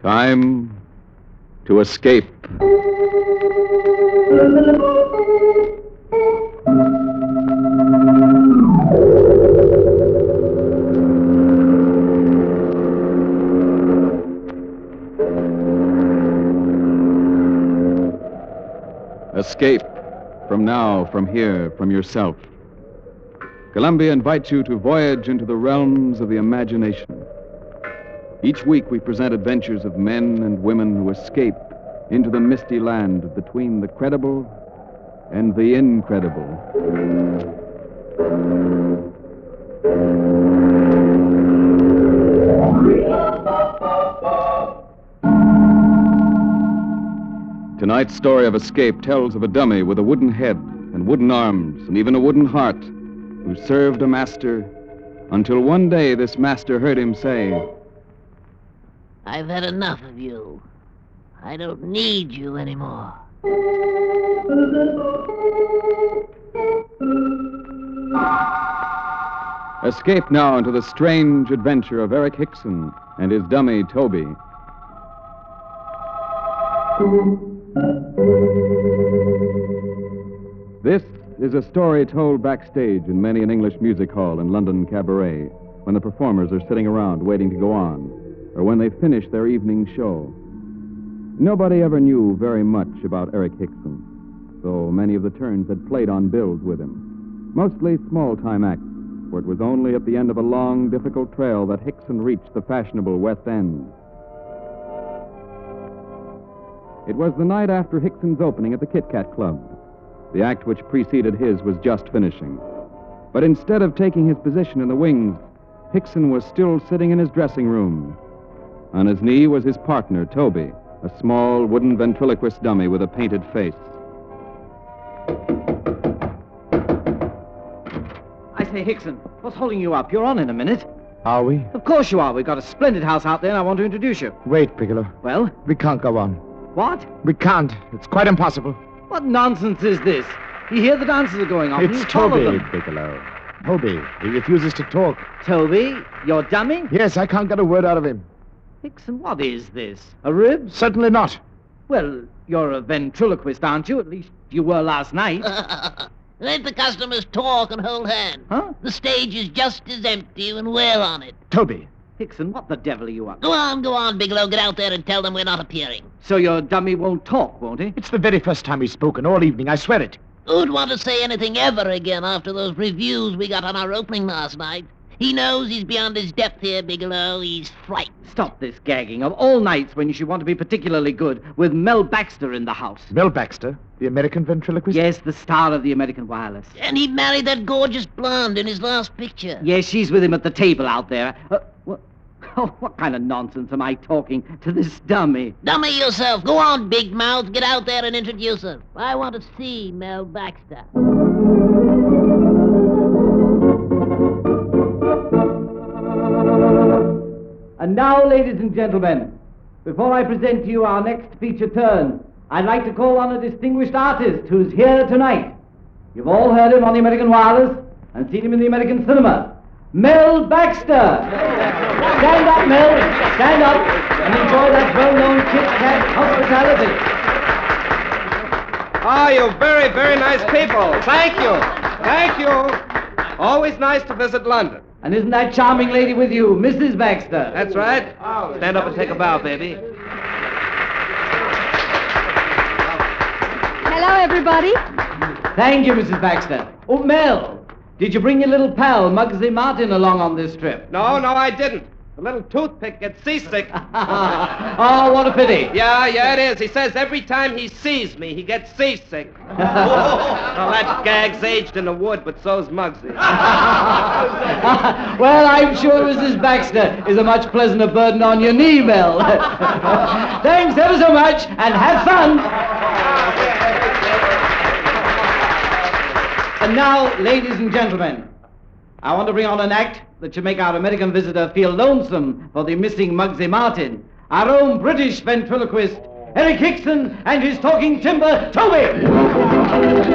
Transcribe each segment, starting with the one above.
Time to escape. Escape from now, from here, from yourself. Columbia invites you to voyage into the realms of the imagination. Each week we present adventures of men and women who escape into the misty land between the credible and the incredible. Tonight's story of escape tells of a dummy with a wooden head and wooden arms and even a wooden heart who served a master until one day this master heard him say, I've had enough of you. I don't need you anymore. Escape now into the strange adventure of Eric Hickson and his dummy Toby. This is a story told backstage in many an English music hall and London cabaret when the performers are sitting around waiting to go on or when they finish their evening show. Nobody ever knew very much about Eric Hickson, though many of the turns had played on bills with him. Mostly small time acts, for it was only at the end of a long, difficult trail that Hickson reached the fashionable West End. It was the night after Hickson's opening at the Kit Kat Club. The act which preceded his was just finishing. But instead of taking his position in the wings, Hickson was still sitting in his dressing room. On his knee was his partner, Toby, a small wooden ventriloquist dummy with a painted face. I say, Hickson, what's holding you up? You're on in a minute. Are we? Of course you are. We've got a splendid house out there, and I want to introduce you. Wait, Piccolo. Well, We can't go on. what? We can't. It's quite impossible. What nonsense is this? You hear the dances are going on. it's you follow Toby, them. Piccolo. Toby. He refuses to talk. Toby, your dummy? Yes, I can't get a word out of him. Hickson, what is this? A rib? Certainly not. Well, you're a ventriloquist, aren't you? At least you were last night. Let the customers talk and hold hands. Huh? The stage is just as empty when we're on it. Toby. Hickson, what the devil are you up to? Go on, go on, Bigelow. Get out there and tell them we're not appearing. So your dummy won't talk, won't he? It's the very first time he's spoken all evening. I swear it. Who'd want to say anything ever again after those reviews we got on our opening last night? He knows he's beyond his depth here, Bigelow. He's frightened. Stop this gagging of all nights when you should want to be particularly good with Mel Baxter in the house. Mel Baxter, the American ventriloquist? Yes, the star of the American Wireless. And he married that gorgeous blonde in his last picture. Yes, she's with him at the table out there. Uh, what, oh, what kind of nonsense am I talking to this dummy? Dummy yourself. Go on, big mouth. Get out there and introduce her. I want to see Mel Baxter. And now, ladies and gentlemen, before I present to you our next feature turn, I'd like to call on a distinguished artist who's here tonight. You've all heard him on the American Wireless and seen him in the American cinema. Mel Baxter! Stand up, Mel! Stand up and enjoy that well-known Kit Kat hospitality. Ah, you very, very nice people. Thank you. Thank you. Always nice to visit London. And isn't that charming lady with you, Mrs. Baxter? Oh, That's right. Stand up and take a bow, baby. Hello, everybody. Thank you, Mrs. Baxter. Oh, Mel, did you bring your little pal, Muggsy Martin, along on this trip? No, no, I didn't. The little toothpick gets seasick. oh, what a pity. Yeah, Ah, yeah, it is. He says every time he sees me, he gets seasick. Oh, well, that gag's aged in the wood, but so's Muggsy. well, I'm sure Mrs. Baxter is a much pleasanter burden on your knee, Mel. Thanks ever so much, and have fun. And now, ladies and gentlemen, I want to bring on an act that should make our American visitor feel lonesome for the missing Muggsy Martin, our own British ventriloquist, Eric Hickson, and his talking timber, Toby. Well, good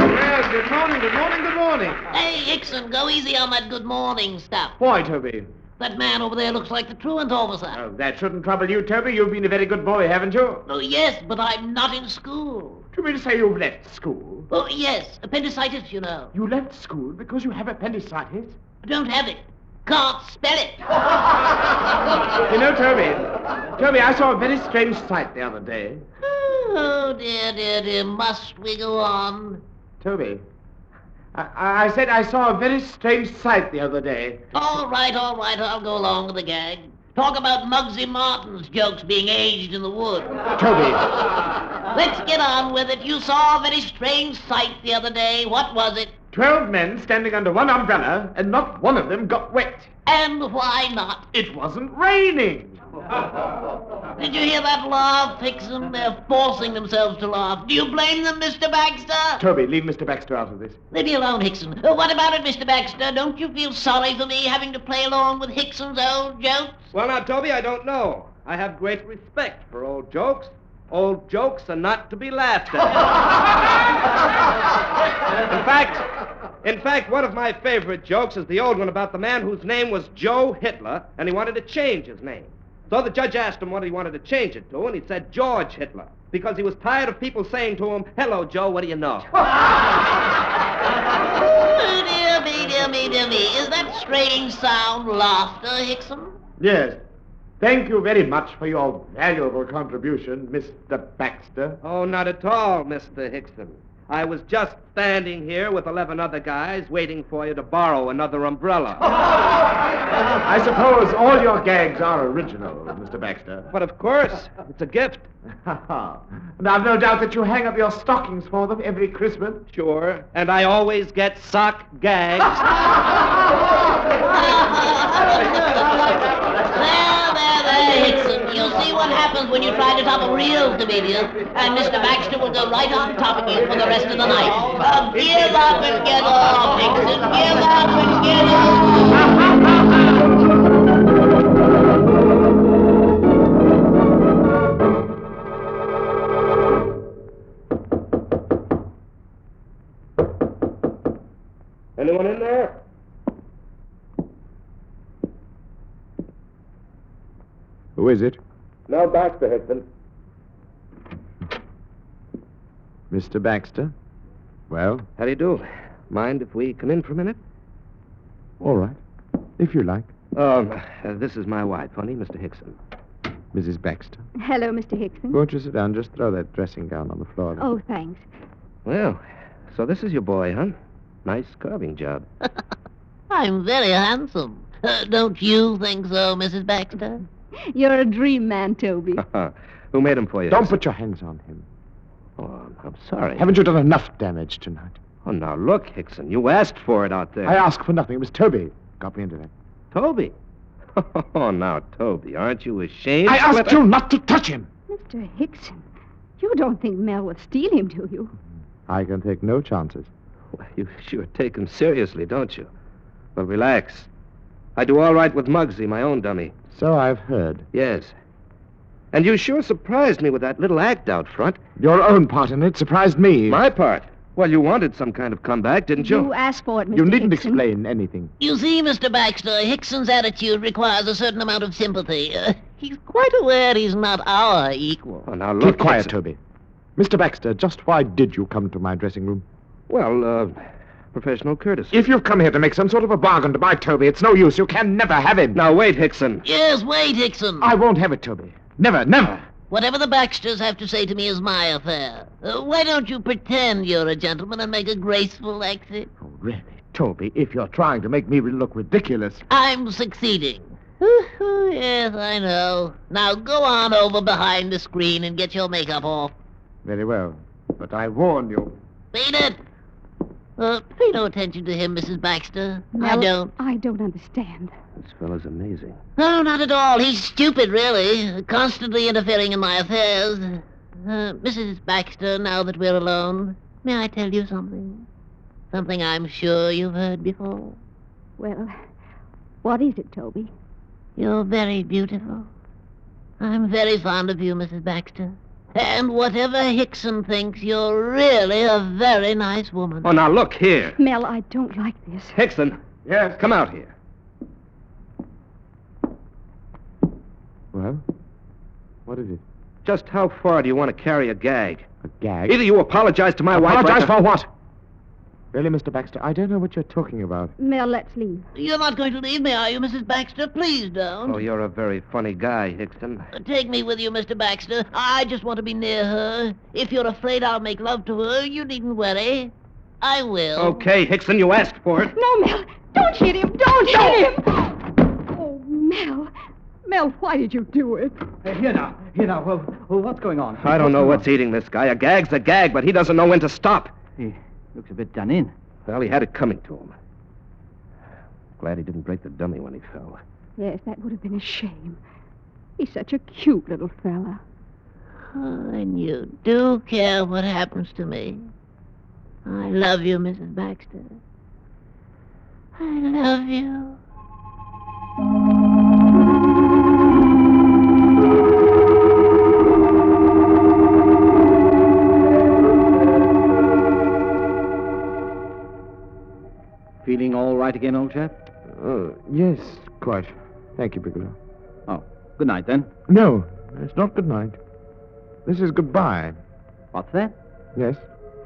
morning, good morning, good morning. Hey, Ixon, go easy on that good morning stuff. Why, Toby? That man over there looks like the truant officer. Oh, that shouldn't trouble you, Toby. You've been a very good boy, haven't you? Oh, yes, but I'm not in school. Do you mean to say you've left school? Oh, yes, appendicitis, you know. You left school because you have appendicitis? I don't have it. Can't spell it. You know, Toby, Toby, I saw a very strange sight the other day. Oh, dear, dear, dear, must we go on? Toby, I, I said I saw a very strange sight the other day. All right, all right, I'll go along with the gag. Talk about Muggsy Martin's jokes being aged in the wood. Toby, Let's get on with it. You saw a very strange sight the other day. What was it? twelve men standing under one umbrella, and not one of them got wet. And why not? It wasn't raining. Did you hear that laugh, Fixem? They're forcing themselves to laugh. Do you blame them, Mr. Baxter? Toby, leave Mr. Baxter out of this. Leave me alone, Hickson. Uh, What about it, Mr. Baxter? Don't you feel sorry for me having to play along with Hickson's old jokes? Well, now, Toby, I don't know. I have great respect for old jokes. Old jokes are not to be laughed at. in fact, in fact, one of my favorite jokes is the old one about the man whose name was Joe Hitler, and he wanted to change his name. So the judge asked him what he wanted to change it to, and he said George Hitler, because he was tired of people saying to him, "Hello, Joe, what do you know?" Oh, dear me, dear me, dear me. Is that strange sound laughter, Hickson? Yes. Thank you very much for your valuable contribution, Mr. Baxter. Oh, not at all, Mr. Hickson. I was just standing here with 11 other guys waiting for you to borrow another umbrella. I suppose all your gags are original, Mr. Baxter. but of course, it's a gift. and I've no doubt that you hang up your stockings for them every Christmas. Sure. And I always get sock gags. There, there, there, Hickson. uh, You'll see what happens when you try to top a real comedian. And Mr. Baxter will go right on top of you for the rest of the night. Oh, give up and get off, Hickson. Give up and get off. Anyone in there? Who is it? No, Baxter, Hickson. Mr. Baxter? Well, How do you do? Mind if we come in for a minute? all right. If you like, Um, uh, this is my wife, honey, Mr. Hickson. Mrs. Baxter. Hello, Mr. Hickson. Won't you sit down? Just throw that dressing gown on the floor. Oh, thanks. Well, so this is your boy, huh? Nice carving job. I'm very handsome. Uh, don't you think so, Mrs. Baxter? You're a dream man, Toby. Uh. Who made him for you? Don't put your hands on him. Oh, I'm- I'm sorry. Haven't you done enough damage tonight? Oh, now look, Hickson. You asked for it out there. I asked for nothing. It was Toby got me into that. Toby. Oh, now, Toby, aren't you ashamed? I What asked a- you not to touch him. Mr. Hickson, you don't think Mel will steal him, do you? I can take no chances. You sure take him seriously, don't you? Well, relax. I do all right with Muggsy, my own dummy. So I've heard. Yes. And you sure surprised me with that little act out front. Your own part in it surprised me. My part. Well, you wanted some kind of comeback, didn't you? You asked for it, Mr. you needn't Hickson. explain anything. You see, Mr. Baxter, Hickson's attitude requires a certain amount of sympathy. Uh, he's quite aware he's not our equal. Oh, now look. Keep quiet, Hickson. Toby. Mr. Baxter, just why did you come to my dressing room? Well, uh, professional courtesy. If you've come here to make some sort of a bargain to buy Toby, it's no use. You can never have him. Now, wait, Hickson. Yes, wait, Hickson. I won't have it, Toby. Never, never. Whatever the Baxters have to say to me is my affair. Uh, why don't you pretend you're a gentleman and make a graceful exit? Oh, really, Toby, if you're trying to make me look ridiculous. I'm succeeding. yes, I know. Now go on over behind the screen and get your makeup off. Very well. But I warn you. Beat it. Uh, pay no attention to him, Mrs. Baxter. I Mel, don't. I don't understand. This fellow's amazing. No, not at all. He's stupid, really. Constantly interfering in my affairs. Uh, Mrs. Baxter, now that we're alone, may I tell you something? Something I'm sure you've heard before. Well, what is it, Toby? You're very beautiful. I'm very fond of you, Mrs. Baxter. And whatever Hickson thinks, you're really a very nice woman. Oh, now look here. Mel, I don't like this. Hickson, Yes. come out here. Well? What is it? Just how far do you want to carry a gag? A gag? Either you apologize to my wife. Apologize for what? Really, Mr. Baxter, I don't know what you're talking about. Mel, let's leave. You're not going to leave me, are you, Mrs. Baxter? Please don't. Oh, you're a very funny guy, Hickson. Take me with you, Mr. Baxter. I just want to be near her. If you're afraid I'll make love to her, you needn't worry. I will. Okay, Hickson, you asked for it. No, Mel, don't hit him. Don't hit him. Oh, Mel. Mel, why did you do it? Uh, here now, here now. Well, well, what's going on? I don't know what's eating this guy. A gag's a gag, but he doesn't know when to stop. He looks a bit done in. Well, he had it coming to him. Glad he didn't break the dummy when he fell. Yes, that would have been a shame. He's such a cute little fella. Oh, and you do care what happens to me. I love you, Mrs. Baxter. I love you. Feeling all right again, old chap? Uh, yes, quite. Thank you, Bigelow. Oh, good night then. No, it's not good night. This is goodbye. What's that? Yes.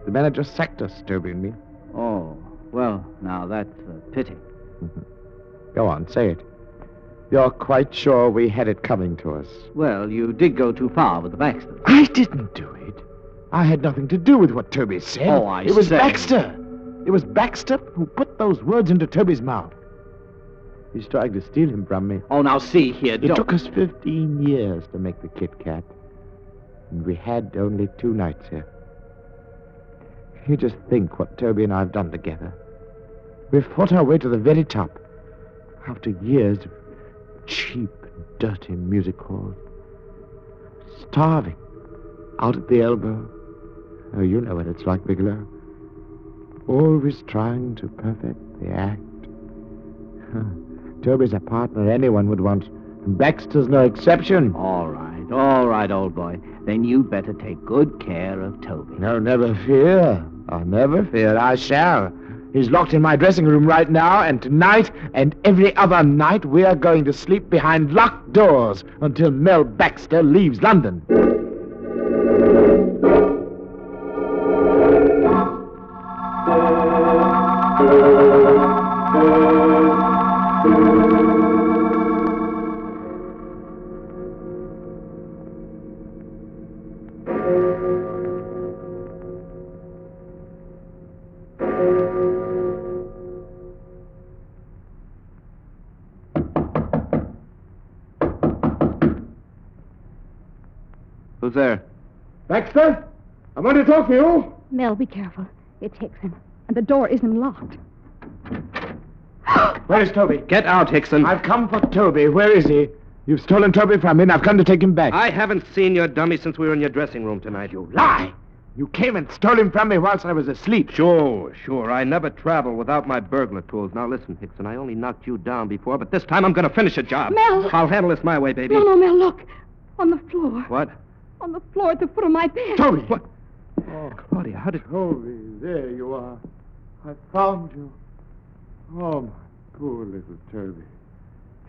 The manager sacked us, Toby and me. Oh, well, now that's a pity. Go on, say it. You're quite sure we had it coming to us. Well, you did go too far with the Baxters. I didn't do it. I had nothing to do with what Toby said. Oh, I It was say. Baxter. It was Baxter who put those words into Toby's mouth. He's trying to steal him from me. Oh, now see here, It don't. took us 15 years to make the Kit Kat. And we had only two nights here. Can you just think what Toby and I have done together? We've fought our way to the very top. After years of cheap and dirty music halls. Starving. Out at the elbow. Oh, you know what it's like, Bigelow. Always trying to perfect the act. Huh. Toby's a partner anyone would want. and Baxter's no exception. All right, all right, old boy. Then you'd better take good care of Toby. No, never fear. I'll never fear. I shall. He's locked in my dressing room right now, and tonight and every other night we are going to sleep behind locked doors until Mel Baxter leaves London. Who's there? Baxter? I want to talk to you. Mel, be careful. It's Hickson. And the door isn't locked. Where is Toby? Get out, Hickson. I've come for Toby. Where is he? You've stolen Toby from me, and I've come to take him back. I haven't seen your dummy since we were in your dressing room tonight. You lie. You came and stole him from me whilst I was asleep. Sure, Oh, sure. I never travel without my burglar tools. Now listen, Hickson, I only knocked you down before, but this time I'm going to finish a job. Mel! I'll handle this my way, baby. No, no, Mel, look. On the floor. What? On the floor at the foot of my bed. Toby! What? Oh, Claudia, how did? Toby, there you are. I found you. Oh, my poor little Toby.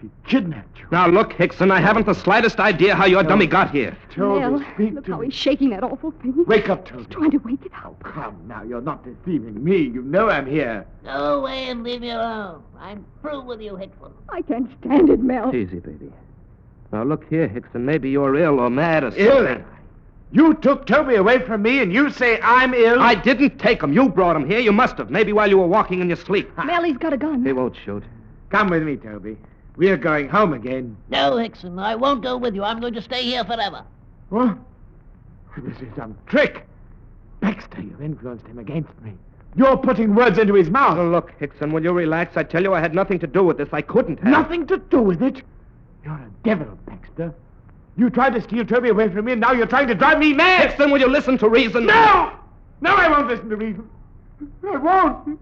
He kidnapped you. Now look, Hickson, I haven't the slightest idea how your dummy got here. Toby, Mel, speak look to how me. he's shaking that awful thing. Wake up, Toby. Trying to wake it up. Come now, you're not deceiving me. You know I'm here. Go away and leave me alone. I'm through with you, Hickson. I can't stand it, Mel. Easy, baby. Now look here, Hickson. Maybe you're ill or mad or something. Ill? You took Toby away from me, and you say I'm ill? I didn't take him. You brought him here. You must have. Maybe while you were walking in your sleep. Mel, he's got a gun. He won't shoot. Come with me, Toby. We're going home again. No, Hickson, I won't go with you. I'm going to stay here forever. What? This is some trick. Baxter, you've influenced him against me. You're putting words into his mouth. Now look, Hickson, will you relax? I tell you, I had nothing to do with this. I couldn't have. Nothing to do with it. You're a devil, Baxter. You tried to steal Toby away from me, and now you're trying to drive me mad. Hickson, will you listen to reason? No! No, I won't listen to reason. I won't.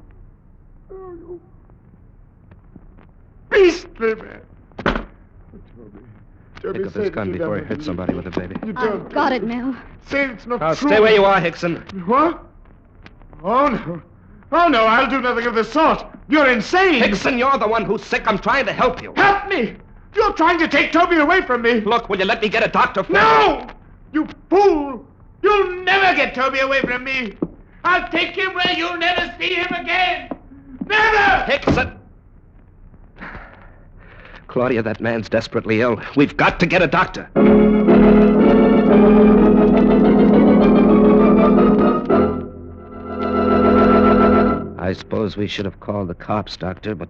Oh, you beastly man. Oh, Toby. Toby, Pick up say this that gun you before never it believe- hurts somebody with a baby. You don't. I've got it, Mel. Say it's not Now, true. stay where you are, Hickson. What? Oh, no. Oh, no, I'll do nothing of the sort. You're insane. Hickson, you're the one who's sick. I'm trying to help you. Help me! You're trying to take Toby away from me. Look, will you let me get a doctor for you? No! You fool! You'll never get Toby away from me. I'll take him where you'll never see him again. Never! Hickson! Claudia, that man's desperately ill. We've got to get a doctor. I suppose we should have called the cops, Doctor, but,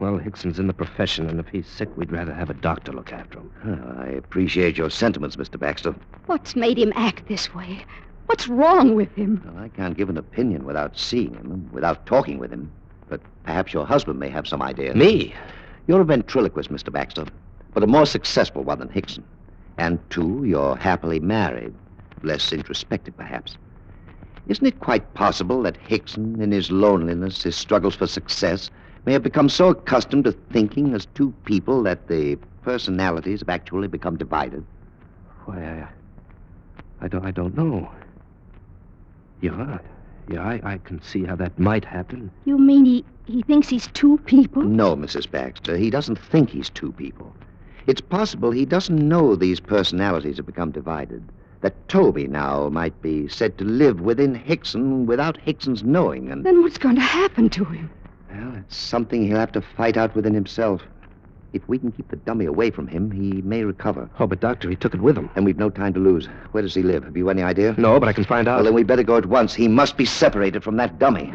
well, Hickson's in the profession, and if he's sick, we'd rather have a doctor look after him. I appreciate your sentiments, Mr. Baxter. What's made him act this way? What's wrong with him? Well, I can't give an opinion without seeing him, without talking with him. But perhaps your husband may have some idea. Me? You're a ventriloquist, Mr. Baxter, but a more successful one than Hickson. And two, you're happily married, less introspective, perhaps. Isn't it quite possible that Hickson, in his loneliness, his struggles for success, may have become so accustomed to thinking as two people that the personalities have actually become divided? Why, I, I don't, I don't know. Yeah, yeah, I, I can see how that might happen. You mean he, he thinks he's two people? No, Mrs. Baxter, he doesn't think he's two people. It's possible he doesn't know these personalities have become divided. That Toby now might be said to live within Hickson without Hickson's knowing, and Then what's going to happen to him? well, it's something he'll have to fight out within himself. If we can keep the dummy away from him, he may recover. Oh, but doctor, he took it with him. And we've no time to lose. Where does he live? Have you any idea? No, but I can find out. Well, then we better go at once. He must be separated from that dummy.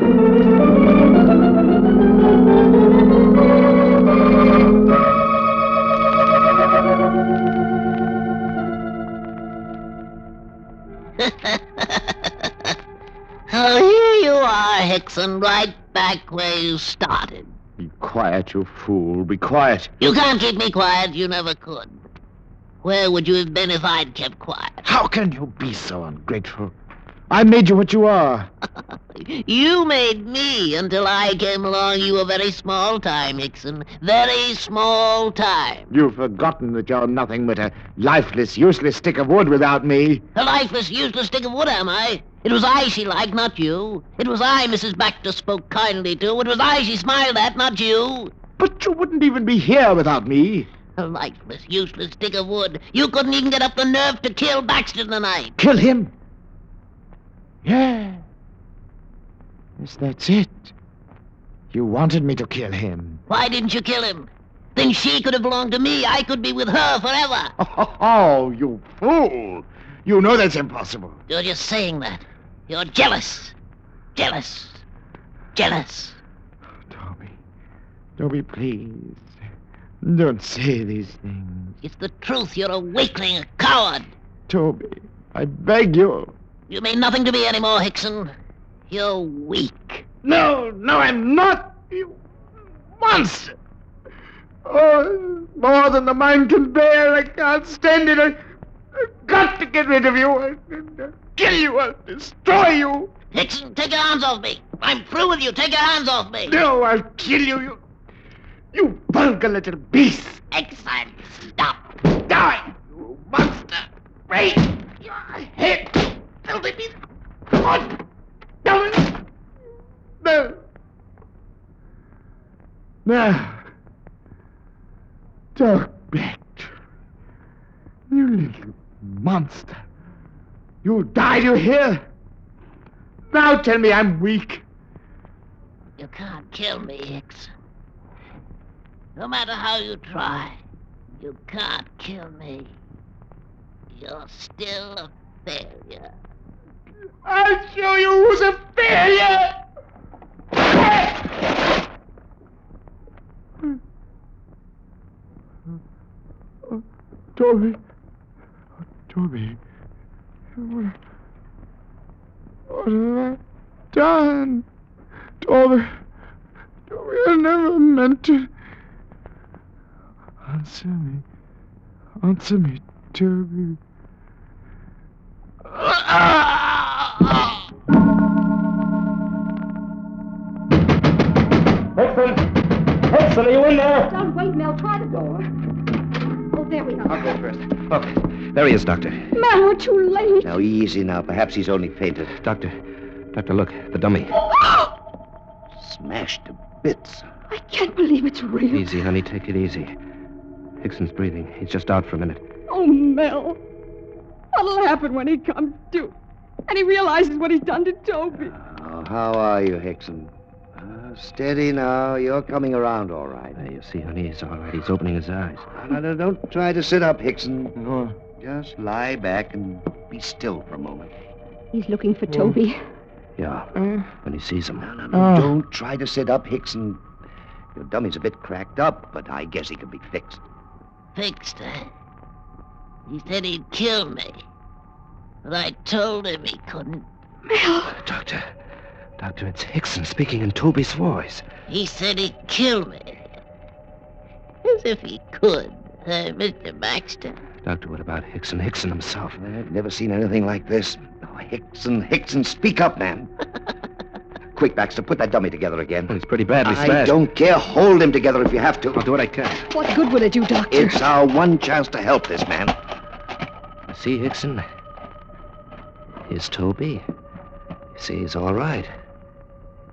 Oh, here you are, Hickson, right back where you started. Be quiet, you fool. Be quiet. You can't keep me quiet. You never could. Where would you have been if I'd kept quiet? How can you be so ungrateful? I made you what you are. You made me until I came along. You were very small time, Hickson. Very small time. You've forgotten that you're nothing but a lifeless, useless stick of wood without me. A lifeless, useless stick of wood, am I? It was I she liked, not you. It was I Mrs. Baxter spoke kindly to. It was I she smiled at, not you. But you wouldn't even be here without me. A lifeless, useless stick of wood. You couldn't even get up the nerve to kill Baxter tonight. Kill him. Yeah. Yes, that's it. You wanted me to kill him. Why didn't you kill him? Then she could have belonged to me. I could be with her forever. Oh, you fool. You know that's impossible. You're just saying that. You're jealous. Jealous. Jealous. Toby. Toby, please. Don't say these things. It's the truth. You're a weakling, a coward. Toby, I beg you. You mean nothing to me anymore, Hickson. You're weak. No, no, I'm not. You monster. Oh, more than the mind can bear. I can't stand it. I, I've got to get rid of you. I, will kill you. I'll destroy you. Hickson, take your hands off me. I'm through with you. Take your hands off me. No, I'll kill you. You, you vulgar little beast. Hickson, stop. Die, you monster. Break your head. Tell me, come on. Tell me. No. Now, talk back. You little monster. You died, you hear? Now tell me I'm weak. You can't kill me, Hickson. No matter how you try, you can't kill me. You're still a failure. I'll show you who's a failure. Toby. Oh, Toby. What what have I done? Toby. Toby, I never meant to. Answer me. Answer me, Toby. Don't wait, Mel. Try the door. Oh, There we are. I'll go first. Oh, there he is, Doctor. Mel, we're too late. Now, easy now. Perhaps he's only fainted. Doctor, doctor, look, the dummy. Smashed to bits. I can't believe it's real. Easy, honey, take it easy. Hickson's breathing. He's just out for a minute. Oh, Mel. What'll happen when he comes to? And he realizes what he's done to Toby. Oh, how are you, Hickson? Ah, steady now. You're coming around all right. There you see, honey, he's all right. He's opening his eyes. No, no, don't try to sit up, Hickson. No, Just lie back and be still for a moment. He's looking for Toby. yeah. Hmm? When he sees him. No, no, Don't try to sit up, Hickson. Your dummy's a bit cracked up, but I guess he can be fixed. Fixed, huh? He said he'd kill me. But I told him he couldn't. Uh, Doctor, doctor, it's Hickson speaking in Toby's voice. He said he'd kill me. As if he could, huh, Mr. Baxter? Doctor, what about Hickson? Hickson himself. I've never seen anything like this. Oh, Hickson, Hickson, speak up, man. Quick, Baxter, put that dummy together Well, again. he's pretty badly I smashed. don't care. Hold him together if you have to. I'll do what I can. What good will it do, Doctor? It's our one chance to help this man. You see, Hickson? Here's Toby. You see, he's all right.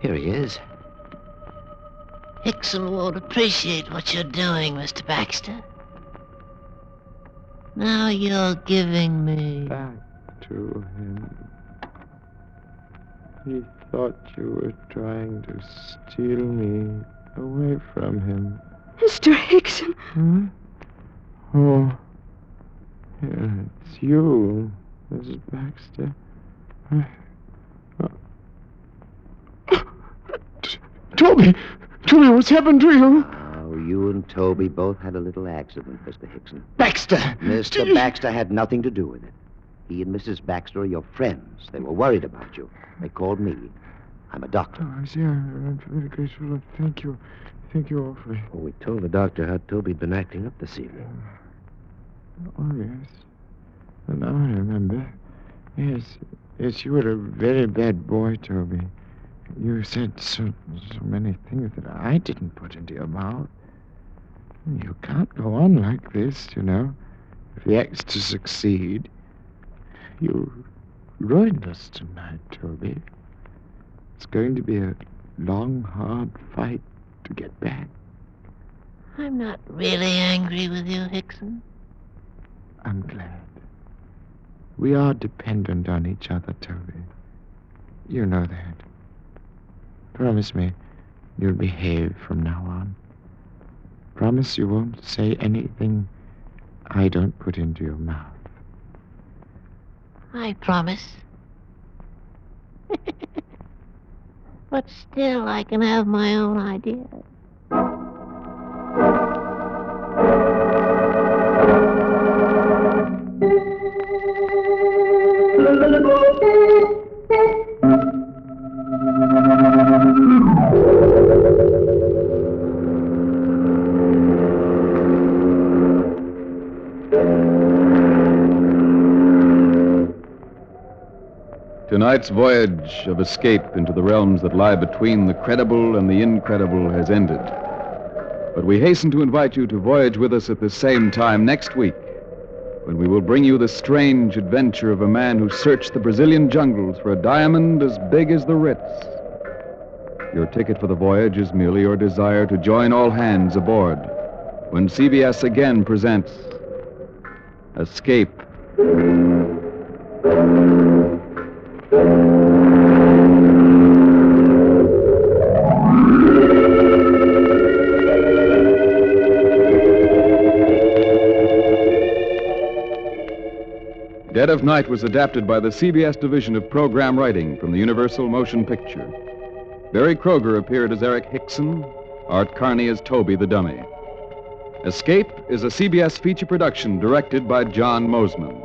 Here he is. Hickson won't appreciate what you're doing, Mr. Baxter. Now you're giving me. Back to him. He thought you were trying to steal me away from him. Mr. Hickson. Hmm? Oh. Yeah, it's you, Mrs. Baxter. uh, Toby! Toby, what's happened to you? Oh, you and Toby both had a little accident, Mr. Hickson. Baxter! Mr. Baxter had nothing to do with it. He and Mrs. Baxter are your friends. They were worried about you. They called me. I'm a doctor. Oh, I see. I'm very grateful. Thank you. Thank you awfully. Well, we told the doctor how Toby'd been acting up this evening. Oh, yes. And now I remember. Yes, yes, you were a very bad boy, Toby. You said so, so many things that I didn't put into your mouth. You can't go on like this, you know. If he acts to succeed, you ruined us tonight, Toby. It's going to be a long, hard fight to get back. I'm not really angry with you, Hickson. I'm glad. We are dependent on each other, Toby. You know that. Promise me you'll behave from now on. Promise you won't say anything I don't put into your mouth. I promise. but still, I can have my own ideas. Tonight's voyage of escape into the realms that lie between the credible and the incredible has ended. But we hasten to invite you to voyage with us at the same time next week, when we will bring you the strange adventure of a man who searched the Brazilian jungles for a diamond as big as the Ritz. Your ticket for the voyage is merely your desire to join all hands aboard when CBS again presents Escape Dead of Night was adapted by the CBS division of program writing from the Universal Motion Picture. Barry Kroger appeared as Eric Hickson, Art Carney as Toby the Dummy. Escape is a CBS feature production directed by John Mosman.